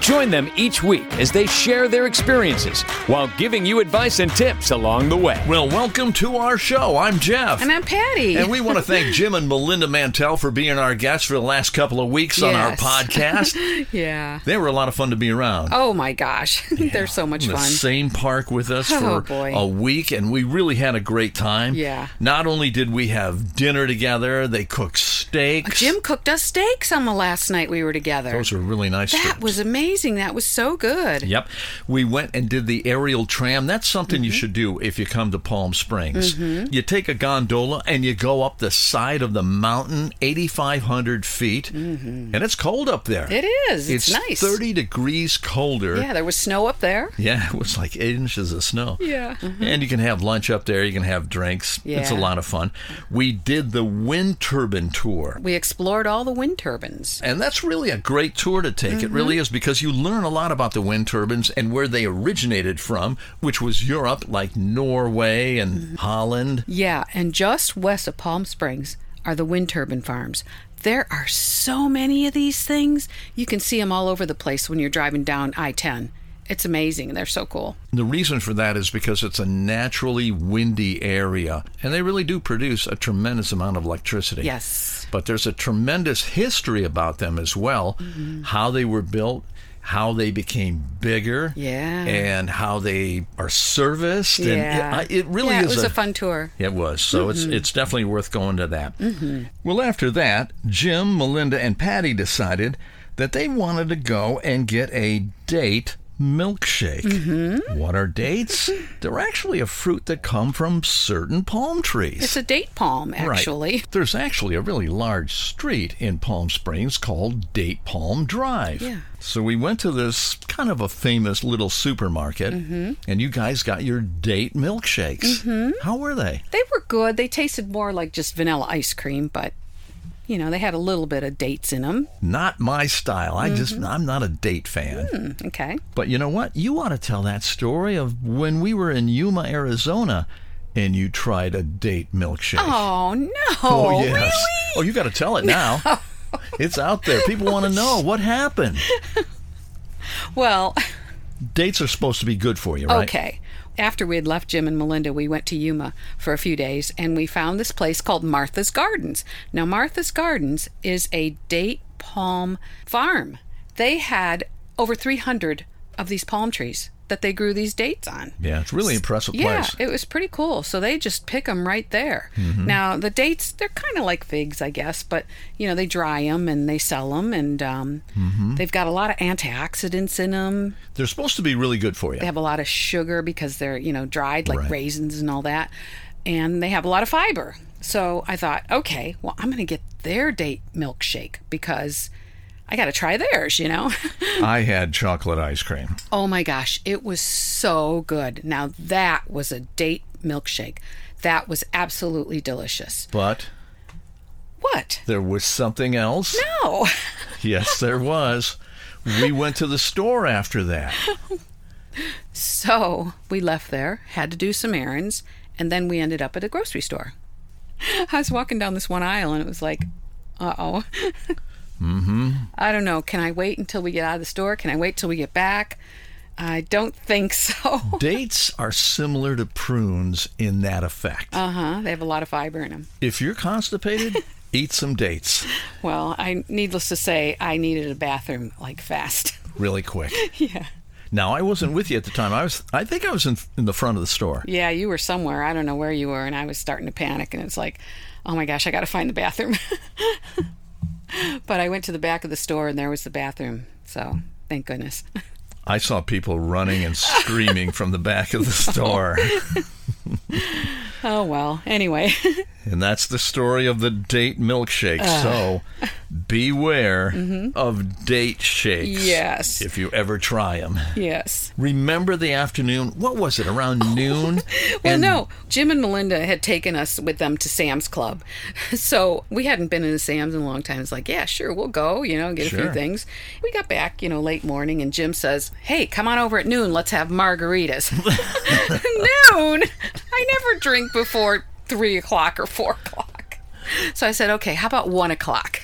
Join them each week as they share their experiences while giving you advice and tips along the way. Well, welcome to our show. I'm Jeff. And I'm Patty. And we want to thank Jim and Melinda Mantell for being our guests for the last couple of weeks on our Yes. podcast. yeah. They were a lot of fun to be around. Oh my gosh, they're so much in the fun. same park with us Oh, for boy. a week, and we really had a great time. Yeah. Not only did we have dinner together, they cooked steaks. Jim cooked us steaks on the last night we were together. Those were really nice. that steaks. was amazing. That was so good. Yep. We went and did the aerial tram. That's something Mm-hmm. you should do if you come to Palm Springs. You take a gondola and you go up the side of the mountain, 8,500 feet, and it's cold up there. Mm-hmm. It is. It's nice. 30 degrees colder. Yeah, there was snow up there. Yeah, it was like eight inches of snow. Yeah. And you can have lunch up there. You can have drinks. It's a Mm-hmm. Yeah. lot of fun. We did the wind turbine tour. We explored all the wind turbines. And that's really a great tour to take. It Mm-hmm. really is because you learn a lot about the wind turbines and where they originated from, which was Europe, like Norway and Mm-hmm. Holland. Yeah, and just west of Palm Springs are the wind turbine farms. There are so many of these things. You can see them all over the place when you're driving down I 10. It's amazing. They're so cool. The reason for that is because it's a naturally windy area, and they really do produce a tremendous amount of electricity. Yes. But there's a tremendous history about them as well Mm-hmm. how they were built, how they became bigger, Yeah. and how they are serviced. Yeah. And it, it really Yeah, is it was a fun tour. It was. So it's Mm-hmm. it's definitely worth going to that. Well, after that, Jim, Melinda, and Patty decided that they wanted to go and get a date milkshake. Mm-hmm. What are dates? They're actually a fruit that come from certain palm trees. It's a date palm, Right. actually. There's actually a really large street in Palm Springs called Date Palm Drive. Yeah. So we went to this kind of a famous little supermarket, Mm-hmm. and you guys got your date milkshakes. How were they? They were good. They tasted more like just vanilla ice cream, but you know, they had a little bit of dates in them. Not my style. I just, Mm-hmm. I'm not a date fan. Hmm. Okay. But you know what? You ought to tell that story of when we were in Yuma, Arizona, and you tried a date milkshake. Oh no. Oh, you got to tell it now. It's out there. People want to know what happened. Really? Well, Dates are supposed to be good for you, right? okay. After we had left Jim and Melinda, we went to Yuma for a few days and we found this place called Martha's Gardens. Now, Martha's Gardens is a date palm farm. They had over 300 of these palm trees that they grew these dates on. Yeah, it's really impressive Yeah, place. Mm-hmm. it was pretty cool. So they just pick them right there. Now the dates, they're kind of like figs, I guess, but you know they dry them and they sell them, and um, Mm-hmm. they've got a lot of antioxidants in them. They're supposed to be really good for you. They have a lot of sugar because they're you know dried like Right. raisins and all that, and they have a lot of fiber. So I thought, okay, well I'm gonna get their date milkshake because I got to try theirs, you know. I had chocolate ice cream. Oh my gosh, it was so good. Now that was a date milkshake. That was absolutely delicious. But What? there was something else. No. Yes, there was. We went to the store after that. So we left there, had to do some errands, and then we ended up at a grocery store. I was walking down this one aisle and it was like, uh oh. mm-hmm. I don't know. Can I wait until we get out of the store? Can I wait till we get back? I don't think so. Dates are similar to prunes in that effect. Uh huh. They have a lot of fiber in them. If you're constipated, eat some dates Well, I needless to say, I needed a bathroom like fast. really quick. yeah. Now, I wasn't with you at the time. I was I think I was in, in the front of the store. Yeah, you were somewhere. I don't know where you were, and I was starting to panic. And it's like, oh my gosh, I got to find the bathroom. but I went to the back of the store, and there was the bathroom. So thank goodness. I saw people running and screaming from the back of the store. Oh well. Anyway, And that's the story of the date milkshake. Uh. So beware of date shakes. Mm-hmm. Yes. If you ever try them. Yes. Remember the afternoon? What was it? Around noon? Well, And- no, Jim and Melinda had taken us with them to Sam's Club. So we hadn't been in a Sam's in a long time. It's like, yeah, sure, we'll go, you know, get a Sure. few things. We got back, you know, late morning, and Jim says, hey, come on over at noon. Let's have margaritas. noon? I never drink before three o'clock or four o'clock. So I said, okay, how about one o'clock?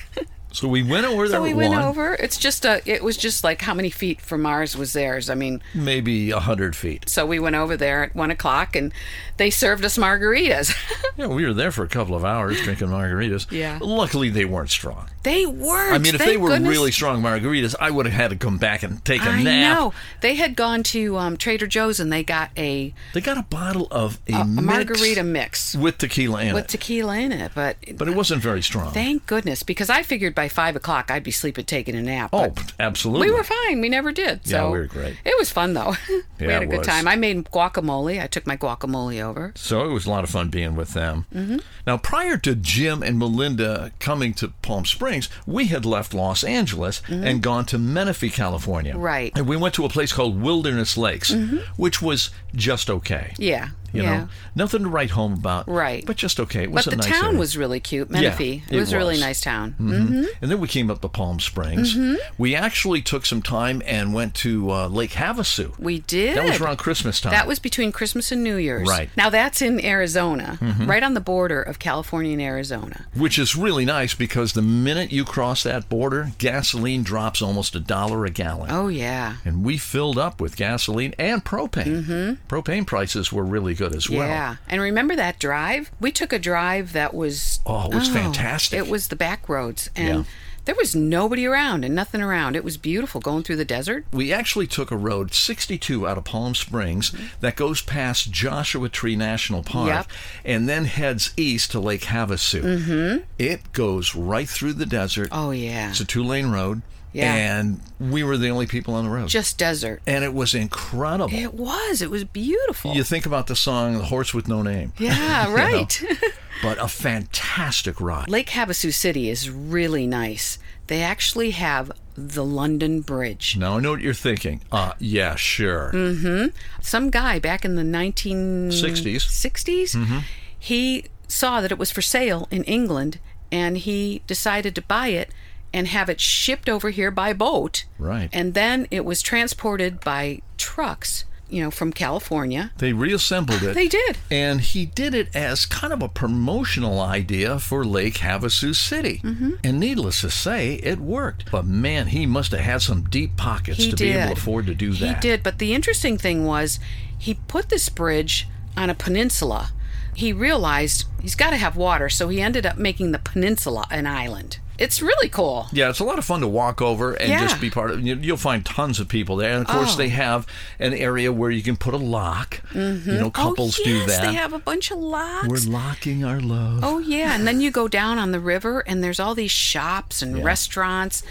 So we went over there So we at went one, over. It's just a. It was just like how many feet from ours was theirs. I mean, maybe a 100 feet. so we went over there at one o'clock, and they served us margaritas. Yeah, we were there for a couple of hours drinking margaritas. Yeah. Oh, Luckily, they weren't strong. They were. I mean, if they were really strong margaritas, I would have had to come back and take a I nap. know they had gone to um, Trader Joe's and they got a, They got a bottle of a, a mix margarita mix with tequila in with it, tequila in it. But but it wasn't very strong. thank goodness, because I figured by five o'clock I'd be sleeping, taking a nap. oh, but absolutely. we were fine. We never did. Yeah, So we were great. It was fun though. we Yeah, had a it good was. time. I made guacamole. I took my guacamole over. So it was a lot of fun being with them. Mm-hmm. Now, prior to Jim and Melinda coming to Palm Springs, we had left Los Angeles and gone to Menifee, California. Mm-hmm. Right. Mm-hmm. And we went to a place called Wilderness Lakes, which was just okay. Yeah. You yeah. know, nothing to write home about. Right. But just okay. It was But the a nice town area. was hmm? really cute, Menifee. it it was a really was. Mm-hmm. nice town. And then we came up to Palm Springs. Mm-hmm. We actually took some time and went to uh, Lake Havasu. We did. That was around Christmas time. That was between Christmas and New Year's. Right. Mm-hmm. Now that's in Arizona, right on the border of California and Arizona. which is really nice because the minute you cross that border, gasoline drops almost a dollar a gallon. Oh yeah. And we filled up with gasoline and propane. Propane prices were really good as well. Mm-hmm. Yeah. And remember that drive? We took a drive that was Oh, it was fantastic. It was the back roads and Yeah. there was nobody around and nothing around. It was beautiful going through the desert. We actually took a road 62 out of Palm Springs that goes past Joshua Tree National Park Yep. and then heads east to Lake Havasu. Mm-hmm. It goes right through the desert. Oh yeah. It's a two lane road. Yeah. And we were the only people on the road. Just desert. and it was incredible. It was. It was beautiful. you think about the song The Horse with No Name. yeah, know. right. But a fantastic ride. Lake Havasu City is really nice. They actually have the London Bridge. Now I know what you're thinking. Uh yeah, sure. Mm-hmm. Some guy back in the 1960s, 60s. 60s Mm-hmm. he saw that it was for sale in England and he decided to buy it and have it shipped over here by boat. Right. And then it was transported by trucks, you know, from California. They reassembled it. They did. And he did it as kind of a promotional idea for Lake Havasu City. Mm-hmm. And needless to say, it worked. But man, he must have had some deep pockets He to did. be able to afford to do that. He did, but the interesting thing was he put this bridge on a peninsula. He realized he's got to have water, so he ended up making the peninsula an island. It's really cool. Yeah, it's a lot of fun to walk over and Yeah. just be part of. you- You'll find tons of people there, and of course Oh. they have an area where you can put a lock. You know, couples oh, yes, do that. They have a bunch of locks. We're locking our love. oh yeah, and then you go down on the river and there's all these shops and restaurants.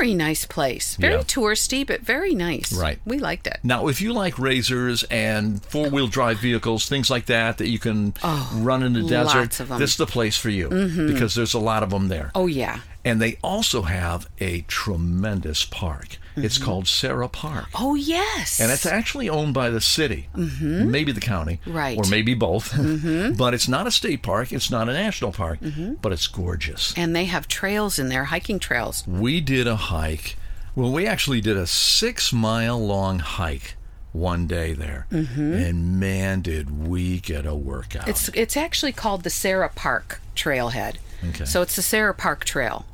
Very nice place. Very Yeah. touristy, but very nice. Right. We liked it. Now, if you like razors and four wheel drive vehicles, things like that, that you can run in the Oh, lots desert, of 'em. Mm-hmm. this is the place for you because there's a lot of them there. Oh yeah. And they also have a tremendous park. It's called Sarah Park. Mm-hmm. Oh yes. And it's actually owned by the city, maybe the county, Mm-hmm. Right. Mm-hmm. or maybe both. but it's not a state park, it's not a national park, but it's gorgeous. and they have trails in there, hiking trails. We did a hike. Well, we actually did a six mile long hike one day there. And man, did we get a workout. Mm-hmm. It's it's actually called the Sarah Park Trailhead. Okay. So it's the Sarah Park Trail.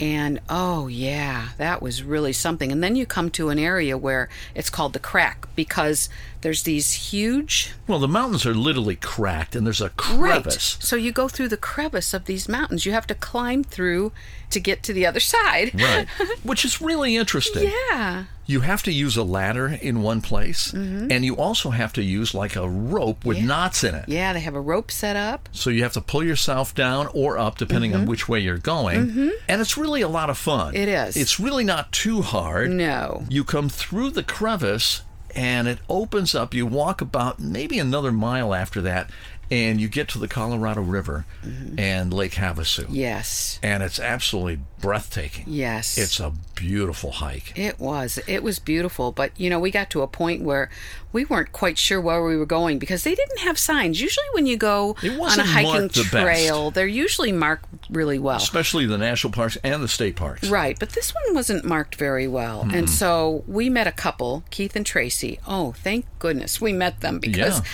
And oh yeah, that was really something. And then you come to an area where it's called the crack because there's these huge well, the mountains are literally cracked, and there's a Right. crevice. So you go through the crevice of these mountains. You have to climb through to get to the other side. Right. Which is really interesting. Yeah. You have to use a ladder in one place, and you also have to use like a rope with knots in it. Mm-hmm. Yeah, they have a rope set up. So you have to pull yourself down or up depending on which way you're going. And it's really a lot of fun. Mm-hmm. It is. It's really not too hard. No. You come through the crevice and it opens up. You walk about maybe another mile after that, and you get to the Colorado River Mm-hmm. and Lake Havasu. Yes. And it's absolutely breathtaking. Yes. It's a beautiful hike. It was. It was beautiful. But, you know, we got to a point where we weren't quite sure where we were going because they didn't have signs. Usually, when you go It on a wasn't hiking marked the best. trail, they're usually marked really well. especially the national parks and the state parks. Right, but this one wasn't marked very well. And so we met a couple, Keith and Tracy. Oh, thank goodness we met them because Yeah.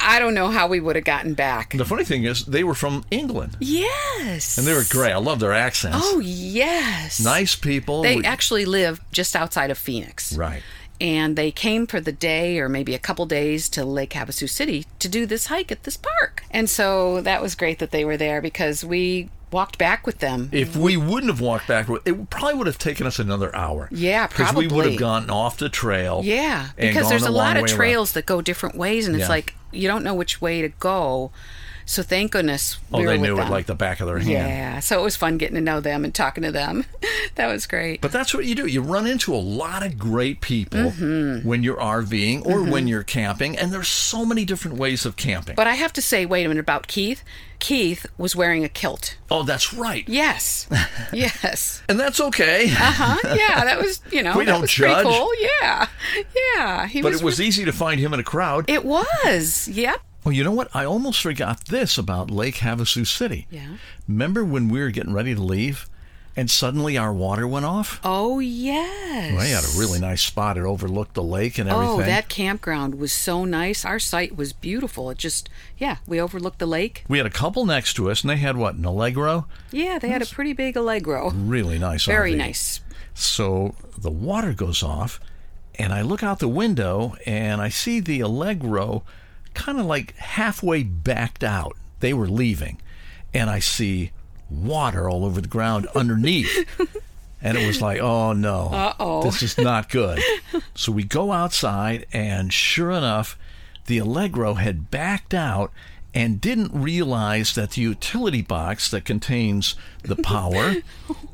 I don't know how we would have gotten back. The funny thing is, they were from England, Yes. and they were great. I love their accents. Oh, yes. nice people. They We- actually live just outside of Phoenix. right. And they came for the day or maybe a couple days to Lake Havasu City to do this hike at this park. And so that was great that they were there because we walked back with them. If we wouldn't have walked back, it probably would have taken us another hour. Yeah, because we would probably. have gotten off the trail. Yeah, and because gone there's the a lot long of way around. trails that go different ways, and Yeah. it's like you don't know which way to go. So thank goodness we Oh, were they with knew it them. like the back of their hand. yeah, so it was fun getting to know them and talking to them. that was great. But that's what you do. You run into a lot of great people Mm-hmm. when you're RVing or when you're camping, and there's so many different ways of camping. But I have to say, wait a minute about Keith. Keith was wearing a kilt. oh, that's right. Yes, yes. And that's okay. Huh? Yeah, that was you know We that don't was judge. pretty cool. Yeah, yeah. He but was. it was easy to find him in a crowd. it was. Yep. Well, you know what? I almost forgot this about Lake Havasu City. Yeah. Remember when we were getting ready to leave and suddenly our water went off? Oh yes. Well, they had a really nice spot. It overlooked the lake and everything. Oh, that campground was so nice. Our site was beautiful. It just, yeah, we overlooked the lake. We had a couple next to us and they had what? An Allegro? Yeah, they had a pretty big Allegro. Really nice. Very RV. nice. So the water goes off and I look out the window and I see the Allegro kind of like halfway backed out. They were leaving. And I see water all over the ground underneath. And it was like, oh no, Uh-oh. this is not good. so we go outside, and sure enough, the Allegro had backed out and didn't realize that the utility box that contains the power,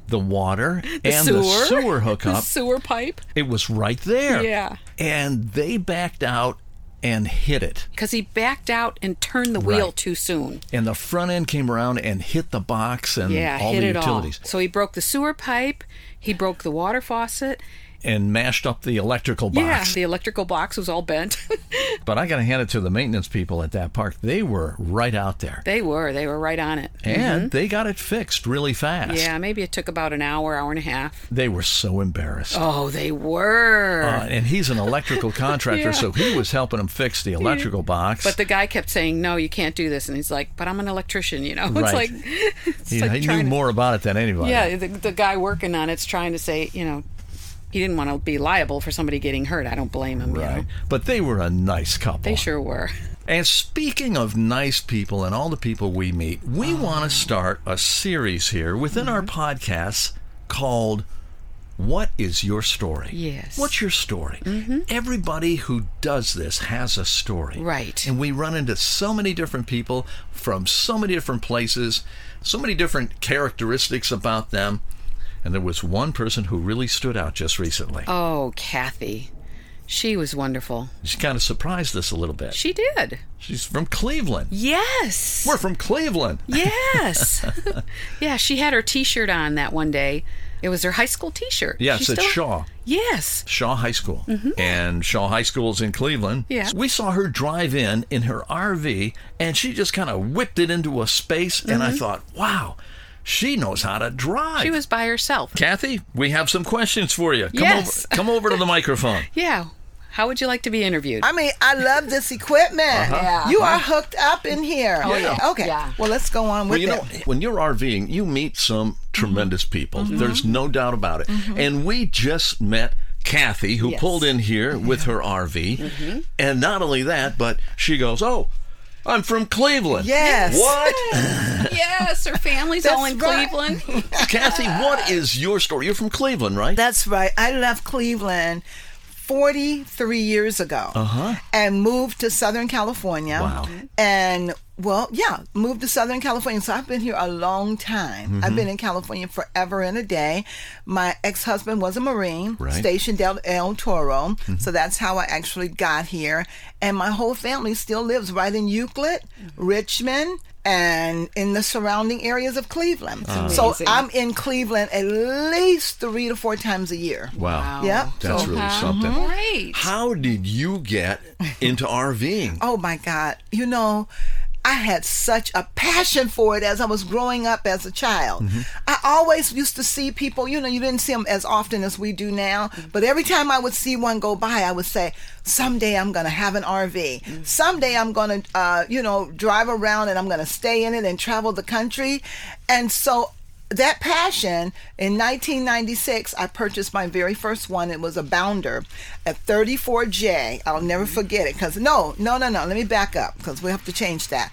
the water, and the sewer The hookup, sewer pipe. it was right there. Yeah. And they backed out and hit it. Because he backed out and turned the wheel Right. too soon. And the front end came around and hit the box and Yeah, Mm-hmm. all hit the it utilities all. So he broke the sewer pipe. He broke the water faucet. and mashed up the electrical box. Yeah, the electrical box was all bent. But I got to hand it to the maintenance people at that park. They were right out there. they were. They were right on it. and they got it fixed really fast. Yeah, maybe it took about an hour, hour and a half. They were so embarrassed. Oh, they were. Uh, and he's an electrical contractor, Yeah. so he was helping them fix the electrical box. But the guy kept saying, "No, you can't do this," and he's like, "But I'm an electrician, you know." It's Right. like, it's he, like he knew trying to- more about it than anybody. Yeah, the, the guy working on it's trying to say, you know, he didn't want to be liable for somebody getting hurt. I don't blame him. You Right. know? But they were a nice couple. They sure were. And speaking of nice people and all the people we meet, we Ah. want to start a series here within our Mm-hmm. podcasts called What is Your Story? Yes. Mm-hmm. What's your story? Everybody who does this has a story. Right. And we run into so many different people from so many different places, so many different characteristics about them. And there was one person who really stood out just recently. Oh, Kathy, she was wonderful. She kind of surprised us a little bit. She did. She's from Cleveland. Yes. We're from Cleveland. yes. yeah, she had her T-shirt on that one day. It was her high school T-shirt. Yeah, She it's at still- Shaw. Yes. Shaw High School. And Shaw High School's in Cleveland. Yeah. So we saw her drive in in her RV and she just kind of whipped it into a space. And I thought, wow, she knows how to drive. Mm-hmm. She was by herself. Kathy, we have some questions for you. Come Yes. over come over to the microphone. Yeah. How would you like to be interviewed? I mean, I love this equipment. Uh-huh. Yeah. You are hooked up in here. Oh, yeah. Okay. Yeah. Well, let's go on Well, with you know, it. when you're RVing, you meet some tremendous people. Mm-hmm. There's no doubt about it. And we just met Kathy, who Yes. pulled in here with her RV. Mm-hmm. And not only that, but she goes, Oh, I'm from Cleveland. Yes. What? yes, her family's all in That's right. Cleveland. Kathy, what is your story? You're from Cleveland, right? That's right. I left Cleveland 43 years ago and moved to Southern California. Uh-huh. Wow. And Well, yeah, moved to Southern California. So I've been here a long time. Mm-hmm. I've been in California forever and a day. My ex husband was a Marine, Right. stationed out at El Toro. So that's how I actually got here. And my whole family still lives right in Euclid, Richmond, and in the surrounding areas of Cleveland. So amazing. I'm in Cleveland at least three to four times a year. Wow. Yep. That's So- uh-huh. Mm-hmm. really Wow. something. Great. How did you get into RVing? Oh my God. You know, I had such a passion for it as I was growing up as a child. I always used to see people, you know, you didn't see them as often as we do now, but every time I would see one go by, I would say, Someday I'm going to have an RV. Someday I'm going to, uh, you know, drive around and I'm going to stay in it and travel the country. And so that passion in 1996 i purchased my very first one it was a bounder a 34j i'll never forget it because no no no no let me back up because we have to change that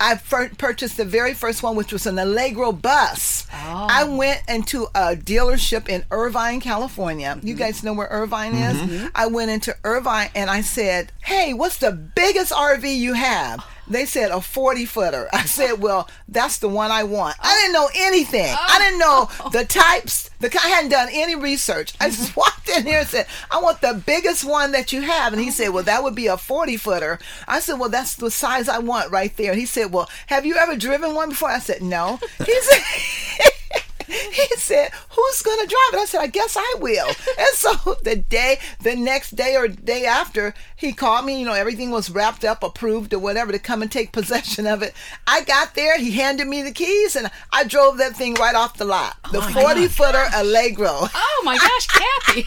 i fir- purchased the very first one which was an allegro bus i went into a dealership in irvine california you guys know where irvine is i went into irvine and i said hey what's the biggest rv you have they said a 40 footer. I said, well, that's the one I want. I didn't know anything. I didn't know the types. The ki- I hadn't done any research. I just walked in here and said, I want the biggest one that you have. And he said, well, that would be a 40 footer. I said, well, that's the size I want right there. He said, well, have you ever driven one before? I said, no. He said, he said, Who's going to drive it? I said, I guess I will. And so the day, the next day or day after, he called me. You know, everything was wrapped up, approved, or whatever to come and take possession of it. I got there. He handed me the keys, and I drove that thing right off the lot. The 40 footer Allegro. Oh my gosh, Kathy.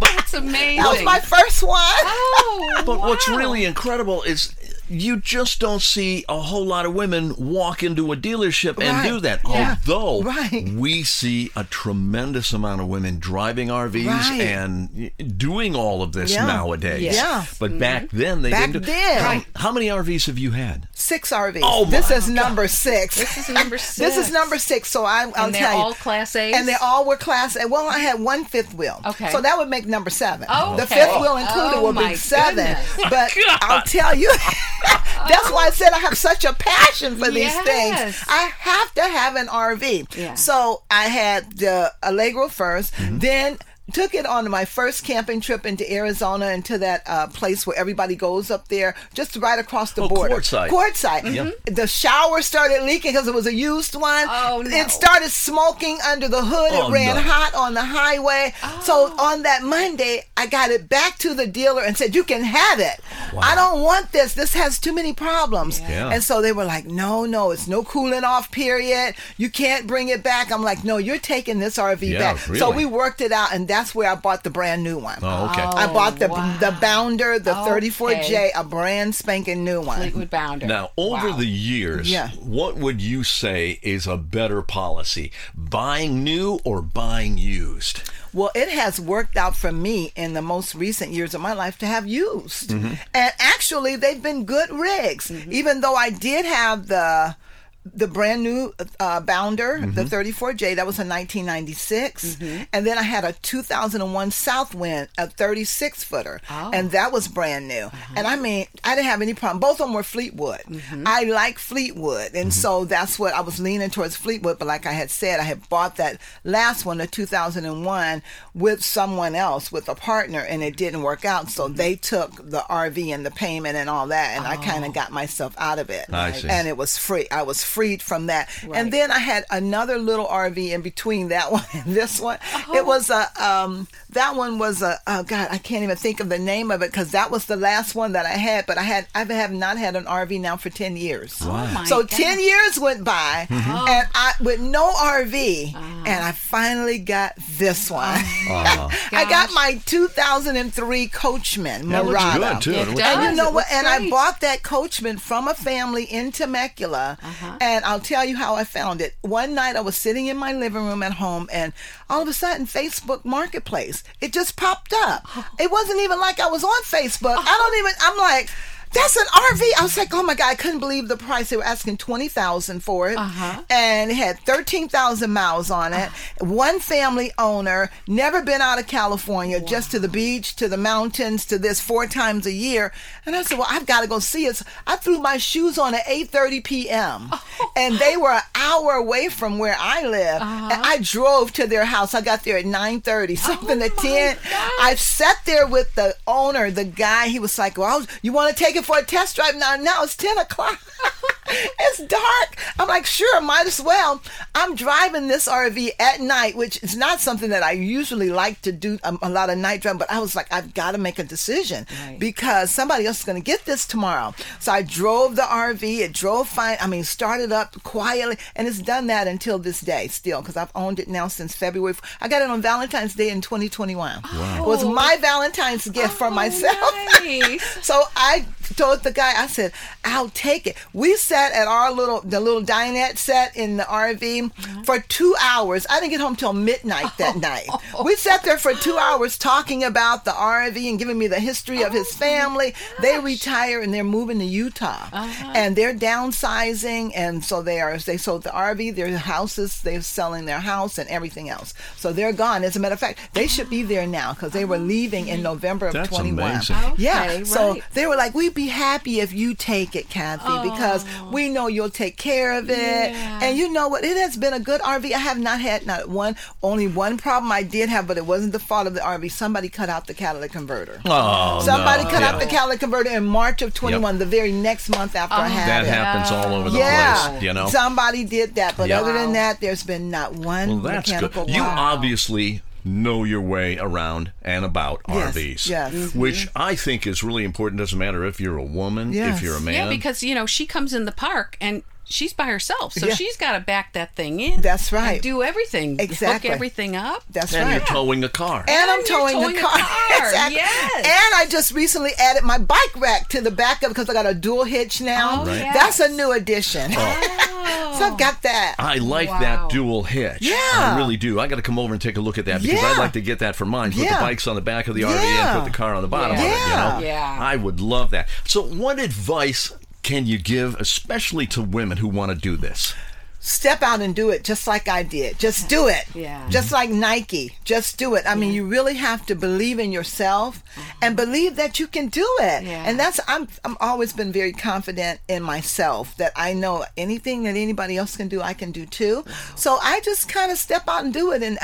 That's amazing. That was my first one. oh, But what's wow. really incredible is you just don't see a whole lot of women walk into a dealership and Right. do that. Yeah. Although Right. we see a tremendous amount of women driving RVs Right. and doing all of this Yeah. nowadays. Yes. Yeah. Mm-hmm. But back then they Back didn't. do- then. How, Right. how many RVs have you had? Six RVs. Oh, my this is number six. This is number This six. is number six. So I, I'll And they're tell you. all Class A's? And they all were class A. Well, I had one fifth wheel. Okay. So that would make number seven. Oh, The okay. fifth wheel included Oh, would my be seven. goodness. But I'll tell you, that's why I said I have such a passion for these Yes. things. I have to have an RV. Yeah. So I had the Allegro 1st then took it on my first camping trip into Arizona into that uh, place where everybody goes up there, just right across the Oh, border. Quartzsite. Quartzsite. The shower started leaking because it was a used one. Oh, no. It started smoking under the hood. Oh, it ran no. hot on the highway. So Oh. on that Monday, I got it back to the dealer and said, "You can have it. I don't want this. This has too many problems." Yeah. And so they were like, "No, no, it's no cooling off period. You can't bring it back." I'm like, "No, you're taking this RV Yeah, back." So really. we worked it out, and that's where I bought the brand new one. Oh, okay. I bought the wow. the Bounder, the Okay. 34J, a brand spanking new one. Fleetwood Bounder. Now, over Wow. the years, Yeah. what would you say is a better policy, buying new or buying used? Well, it has worked out for me in the most recent years of my life to have used. And actually, they've been good rigs, even though I did have the. The brand new uh, Bounder, the 34J, that was in 1996. And then I had a 2001 Southwind, a 36 footer. And that was brand new. Mm-hmm. And I mean, I didn't have any problem. Both of them were Fleetwood. I like Fleetwood. And Mm-hmm. so that's what I was leaning towards Fleetwood. But like I had said, I had bought that last one, the 2001, with someone else, with a partner, and it didn't work out. Mm-hmm. So they took the RV and the payment and all that. And I kind of got myself out of it. Oh. I see. And it was free. I was freed from that. Right. And then I had another little RV in between that one and this one. Oh. It was a, um, that one was a, oh God, I can't even think of the name of it because that was the last one that I had. But I had, I have not had an RV now for 10 years. Oh my So God. 10 years went by and I with no RV and I finally got this one. I got Gosh. my 2003 Coachman That looks Murata. good, too. It It looks- does. And you know It what? looks And I great. bought that coachman from a family in Temecula. Uh-huh. And I'll tell you how I found it. One night I was sitting in my living room at home, and all of a sudden, Facebook Oh. Marketplace, it just popped up. It wasn't even like I was on Facebook. I don't even, I'm like, that's an RV. I was like, oh my god, I couldn't believe the price. They were asking twenty thousand for it, Uh-huh. and it had thirteen thousand miles on it. One family owner, never been out of California, just to the beach, to the mountains, to this four times a year. And I said, well, I've got to go see it. So I threw my shoes on at eight thirty p.m. and they were an hour away from where I live. And I drove to their house. I got there at nine thirty, something at ten. I sat there with the owner, the guy. He was like, "Well, you want to take it for a test drive now? Now it's ten o'clock. it's dark." I'm like, "Sure, might as well." I'm driving this RV at night, which is not something that I usually like to do um, a lot of night driving. But I was like, "I've got to make a decision Right. because somebody else is going to get this tomorrow." So I drove the RV. It drove fine. I mean, started up quietly, and it's done that until this day still because I've owned it now since February. I got it on Valentine's Day in 2021. It was my Valentine's gift for Oh, myself. nice. so I told the guy, I said, I'll take it. We sat at our little, the little dinette set in the RV for two hours. I didn't get home till midnight that night. We sat there for two hours talking about the RV and giving me the history of his family. They retire and they're moving to Utah and they're downsizing. And so they are, they sold the RV, their houses, they're selling their house and everything else. So they're gone. As a matter of fact, they should be there now because they were leaving in November of That's 21. amazing. Yeah. Okay, So right. they were like, we'd be happy if you take it, Kathy, because we know you'll take care of it. Yeah. And you know what? It has been a good RV. I have not had not one, only one problem I did have, but it wasn't the fault of the RV. Somebody cut out the catalytic converter. Oh, Somebody no. cut yeah. out the catalytic converter in March of 21, the very next month after Oh. I had That it. happens all over the Yeah, place, you know. somebody did that, but Yep. other than that, there's been not one Well, that's good. mechanical. You problem. obviously know your way around and about Yes, RVs, yes. Mhm. which I think is really important. Doesn't matter if you're a woman, Yes. if you're a man. Yeah, because you know she comes in the park and she's by herself, so Yeah. she's got to back that thing in. That's and right. do everything, Exactly. hook everything up. That's and right. you're towing a car. and I'm And you're towing, towing the a car. car, Exactly. yes. And I just recently added my bike rack to the back of because I got a dual hitch now. Oh, Right. That's a new addition. so I've got that. I like Wow. that dual hitch. I Yeah. really do. I got to come over and take a look at that because Yeah. I'd like to get that for mine. Put Yeah. the bikes on the back of the RV Yeah. and put the car on the bottom Yeah. of it. You know? Yeah. I would love that. So, what advice can you give, especially to women who want to do this? step out and do it just like I did. Just do it. Yeah. Just like Nike. Just do it. I mean, you really have to believe in yourself and believe that you can do it. Uh-huh. Yeah. And that's I'm I'm always been very confident in myself that I know anything that anybody else can do, I can do too. So I just kind of step out and do it and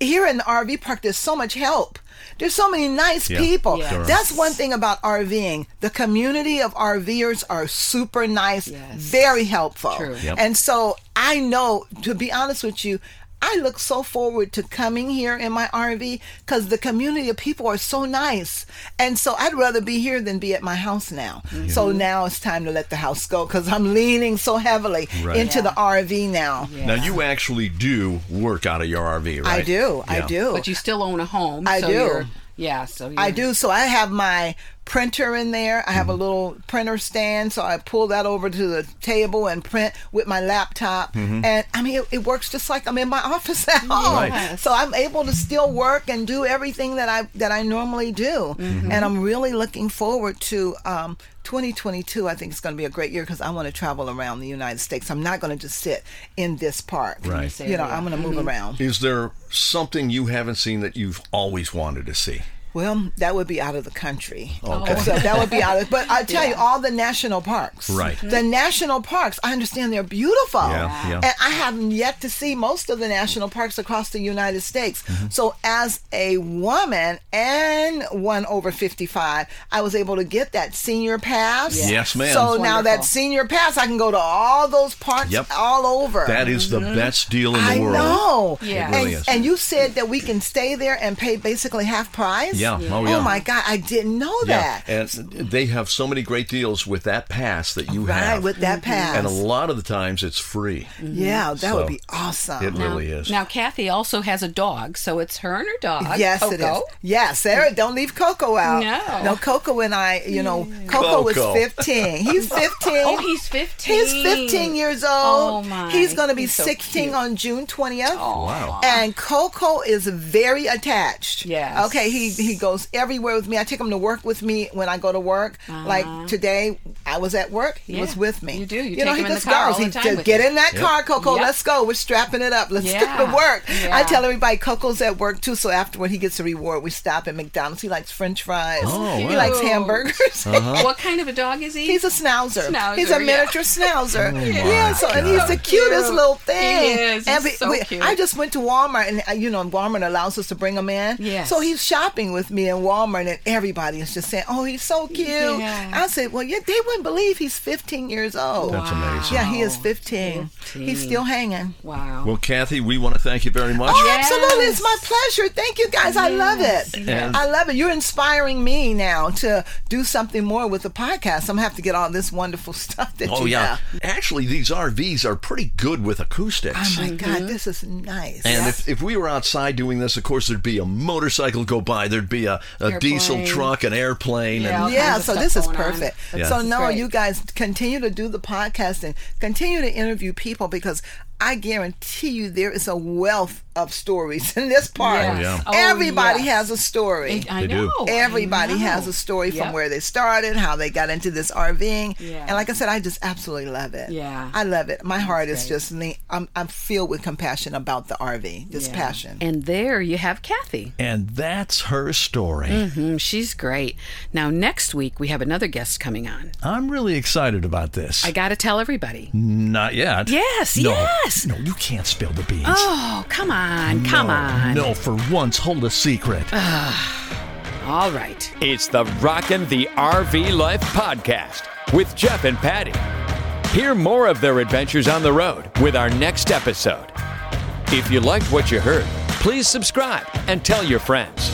here in the RV park there's so much help. There's so many nice Yeah. people. Yes. That's one thing about RVing. The community of RVers are super nice, Yes. very helpful. True. Yep. And so I know, to be honest with you, I look so forward to coming here in my RV because the community of people are so nice. And so I'd rather be here than be at my house now. Mm-hmm. So now it's time to let the house go because I'm leaning so heavily Right. into the RV now. Now, you actually do work out of your RV, right? I do. I Yeah. do. But you still own a home. I so do. You're, Oh, yeah, Mm-hmm. so you're, I do. So I have my printer in there. I have a little printer stand, so I pull that over to the table and print with my laptop. And I mean, it, it works just like I'm in my office at home. Mm-hmm. Right. So I'm able to still work and do everything that I that I normally do. Mm-hmm. And I'm really looking forward to. Um, 2022, I think it's going to be a great year because I want to travel around the United States. I'm not going to just sit in this park. Right. This You know, area. I'm going to move around. Is there something you haven't seen that you've always wanted to see? Well, that would be out of the country. Okay. So that would be out of. But I tell you, all the national parks. Right. The national parks. I understand they're beautiful. Yeah, yeah. And I haven't yet to see most of the national parks across the United States. Mm-hmm. So as a woman and one over fifty-five, I was able to get that senior pass. Yes. Yes, ma'am. So That's now wonderful. that senior pass, I can go to all those parks Yep. all over. That is the best deal in the Mm-hmm. I world. know. Yeah. It really and, is. and you said that we can stay there and pay basically half price. Yeah. Yeah. Oh, yeah. my God, I didn't know that. Yeah, and they have so many great deals with that pass that you right, have. with that Mm-hmm. pass. and a lot of the times it's free. yeah, that So, would be awesome. It Now- really is. Now Kathy also has a dog, so it's her and her dog. Yes, it is. Coco. Yes, Sarah, don't leave Coco out. No. No, Coco and I, you know, Coco, was Coco. 15. He's 15. Oh, he's 15. He's 15 years old. Oh, my. He's going to be He's so 16 cute. on June 20th. wow. And Coco is very attached. Yes. Okay. He He goes everywhere with me. I take him to work with me when I go to work. Like today, I was at work. He Uh-huh. Yeah. was with me. You do. You you take know, him he in the just car all goes. the He time just with get you. in that Yep. car, Coco. Yep. Let's go. We're strapping it up. Let's get Yeah. to work. I Yeah. tell everybody Coco's at work too. So afterward, he gets a reward. We stop at McDonald's. He likes French fries. Oh, he wow. likes Cute. hamburgers. Uh-huh. What kind of a dog is he? He's a schnauzer. Schnauzer, he's a yeah. miniature schnauzer. yeah. so and Oh God. he's the So cutest cute. little thing. He is. And He's we- so we- cute. I just went to Walmart, and uh, you know, Walmart allows us to bring him in. Yes. So he's shopping with me in Walmart, and everybody is just saying, "Oh, he's so cute." Yeah. I said, "Well, yeah, they wouldn't believe he's 15 years old." That's amazing. Yeah, he is 15. 15. He's still hanging. wow. Well, Kathy, we want to thank you very much. Oh, Yes. absolutely. It's my pleasure. Thank you guys. I love Yes, it. yes. I love it. You're inspiring me now to do something more with the podcast. I'm going to have to get all this wonderful stuff that Oh you yeah. have. Actually, these RVs are pretty good with acoustics. Oh my God, this is nice. Mm-hmm. and if, if we were outside doing this, of course, there'd be a motorcycle go by, there'd be a, a diesel Airplane. truck, an airplane, Yeah. and yeah, kinds of so stuff this is going on. perfect. Yeah. So This is no, great. you guys continue to do the podcast and continue to interview people because I guarantee you there is a wealth of stories in this part. Yes. Oh, yeah. Oh, Everybody yes. has a story. I They do. know. Oh, I Everybody know. has a story from Yep. where they started, how they got into this RVing, Yeah. and like I said, I just absolutely love it. Yeah. I love it. My heart is great. just lean. I'm I'm filled with compassion about the RV. This Yeah. passion. And there you have Kathy. and that's her story. Mm, she's great. Now, next week, we have another guest coming on. I'm really excited about this. I got to tell everybody. Not yet. Yes, no, yes. No, you can't spill the beans. Oh, come on, come no, on. No, for once, hold a secret. All right. It's the Rockin' the RV Life podcast with Jeff and Patty. Hear more of their adventures on the road with our next episode. If you liked what you heard, please subscribe and tell your friends.